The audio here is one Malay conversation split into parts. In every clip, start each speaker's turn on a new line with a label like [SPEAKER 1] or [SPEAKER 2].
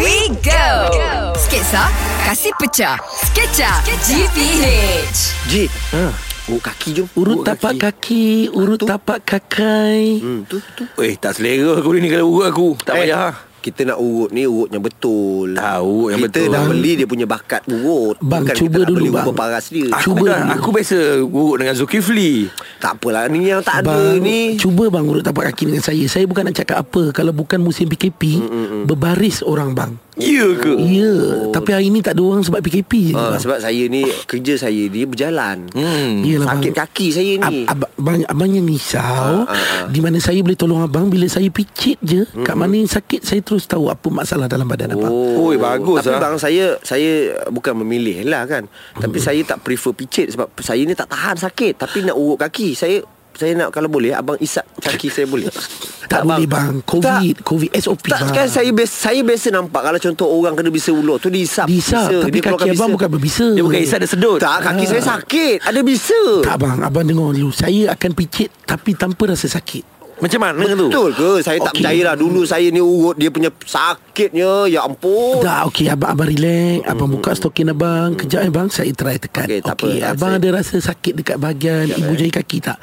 [SPEAKER 1] we go. Sketsa, kasih pecah. Sketcha, GPH.
[SPEAKER 2] Ji
[SPEAKER 3] Ha.
[SPEAKER 2] Urut kaki jom
[SPEAKER 3] Urut tapak kaki, urut tapak kakai.
[SPEAKER 2] Hmm, tu, tu. Eh tak selera aku ni Kalau urut aku Tak payah
[SPEAKER 3] ha.
[SPEAKER 2] eh.
[SPEAKER 4] Kita nak urut ni urut yang betul.
[SPEAKER 2] Ha, urut yang
[SPEAKER 4] kita
[SPEAKER 2] betul.
[SPEAKER 4] Kita nak
[SPEAKER 2] Bang.
[SPEAKER 4] beli dia punya bakat urut.
[SPEAKER 3] Bang,
[SPEAKER 4] Bukan kita
[SPEAKER 3] cuba
[SPEAKER 4] nak
[SPEAKER 3] dulu,
[SPEAKER 4] beli
[SPEAKER 3] bang.
[SPEAKER 4] urut paras dia.
[SPEAKER 2] Aku
[SPEAKER 3] Cuba
[SPEAKER 2] dah,
[SPEAKER 3] dulu.
[SPEAKER 2] Aku biasa urut dengan Zulkifli
[SPEAKER 4] Tak apalah ni yang tak ada
[SPEAKER 3] Bang,
[SPEAKER 4] ni.
[SPEAKER 3] Cuba bang urut tapak kaki dengan saya Saya bukan nak cakap apa Kalau bukan musim PKP Berbaris orang bang
[SPEAKER 2] Ya ke?
[SPEAKER 3] Ya yeah, Tapi hari ni tak ada orang sebab PKP je
[SPEAKER 4] Ha,
[SPEAKER 3] bang.
[SPEAKER 4] Oh. sebab saya ni kerja saya ni berjalan.
[SPEAKER 2] Hmm.
[SPEAKER 3] Yelah,
[SPEAKER 4] Sakit
[SPEAKER 3] bang.
[SPEAKER 4] kaki saya ni.
[SPEAKER 3] Ab, ab, abang, abang yang
[SPEAKER 4] Ah,
[SPEAKER 3] risau
[SPEAKER 4] ah, ah.
[SPEAKER 3] Di mana saya boleh tolong abang Bila saya picit je Kat mana yang sakit Saya terus tahu Apa masalah dalam badan abang
[SPEAKER 4] Oh.
[SPEAKER 2] Oi, bagus,
[SPEAKER 4] Tapi
[SPEAKER 2] ah.
[SPEAKER 4] bang saya Saya bukan memilih lah kan Tapi
[SPEAKER 3] Hmm.
[SPEAKER 4] saya tak prefer picit Sebab saya ni tak tahan sakit Tapi nak urut kaki Saya saya nak kalau boleh Abang isap kaki saya boleh
[SPEAKER 3] Tak boleh, bang. COVID, COVID, SOP,
[SPEAKER 4] Tak
[SPEAKER 3] bang.
[SPEAKER 4] kan saya biasa, saya biasa nampak Kalau contoh orang kena bisa ular Tu diisap
[SPEAKER 3] Bisa
[SPEAKER 4] bisa.
[SPEAKER 3] Tapi
[SPEAKER 4] Dia keluarkan
[SPEAKER 3] kaki abang
[SPEAKER 4] bisa.
[SPEAKER 3] bukan berbisa
[SPEAKER 2] Dia bukan isap dia sedut
[SPEAKER 4] Tak kaki saya sakit Ada bisa
[SPEAKER 3] Ah. Tak bang Abang dengar dulu Saya akan picit Tapi tanpa rasa sakit
[SPEAKER 2] Macam mana tu?
[SPEAKER 4] Betul ke? Saya tak
[SPEAKER 3] Okey.
[SPEAKER 4] percaya lah Dulu saya ni urut Dia punya sakitnya Ya ampun
[SPEAKER 3] Dah okey abang abang relax, abang buka stokin abang. Kejap eh bang, saya try tekan. Okey,
[SPEAKER 4] Hmm. Okey, tak apa, tak
[SPEAKER 3] abang
[SPEAKER 4] saya-
[SPEAKER 3] ada rasa sakit dekat bahagian ibu jari kaki tak?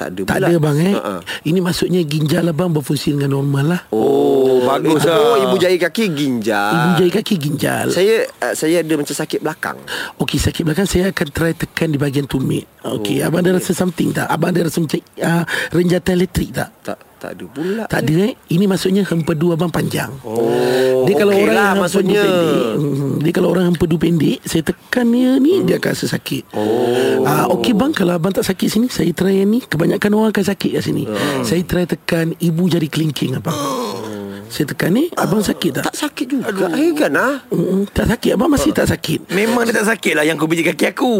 [SPEAKER 4] tak ada pula.
[SPEAKER 3] Tak
[SPEAKER 4] Ha,
[SPEAKER 3] ada bang eh.
[SPEAKER 4] Ha-ha.
[SPEAKER 3] Ini maksudnya ginjal abang berfungsi dengan normal lah.
[SPEAKER 2] Oh bagus lah
[SPEAKER 4] Oh ibu jari kaki ginjal
[SPEAKER 3] Ibu jari kaki ginjal.
[SPEAKER 4] ah. Saya uh, saya ada macam sakit belakang.
[SPEAKER 3] Okey, sakit belakang saya akan try tekan di bahagian tumit. Okey,
[SPEAKER 4] Oh,
[SPEAKER 3] abang ada rasa something tak? Abang ada rasa macam uh, renjatan elektrik tak?
[SPEAKER 4] Tak tak ada pula.
[SPEAKER 3] Tak ada eh Ini maksudnya Hempedu abang panjang
[SPEAKER 4] Oh,
[SPEAKER 3] Dia kalau
[SPEAKER 4] okey
[SPEAKER 3] orang
[SPEAKER 4] lah
[SPEAKER 3] yang hempedu
[SPEAKER 4] maksudnya.
[SPEAKER 3] pendek hmm, Dia kalau orang hempedu pendek Saya tekan dia ni Dia akan rasa sakit oh. ah, Okey bang Kalau abang tak sakit sini Saya try yang ni Kebanyakan orang akan sakit kat sini
[SPEAKER 2] Hmm.
[SPEAKER 3] Saya try tekan Ibu jari kelingking abang
[SPEAKER 2] Hmm.
[SPEAKER 3] Saya tekan ni Abang sakit tak?
[SPEAKER 4] Tak sakit juga. Aduh. Eh kan ah.
[SPEAKER 3] Mm, tak sakit Abang masih tak sakit
[SPEAKER 2] Oh. Memang dia tak sakit lah Yang kau pijit kaki aku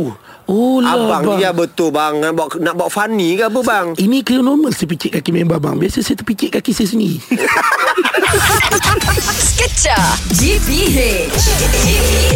[SPEAKER 3] Oh
[SPEAKER 4] Abang,
[SPEAKER 3] lah abang,
[SPEAKER 4] abang. ya betul bang. Nak bawa, nak bawa funny ke apa bang?
[SPEAKER 3] Ini kira normal Saya picit kaki member abang Biasa saya terpicit kaki saya sendiri
[SPEAKER 1] Sketcha, GPH. GPH.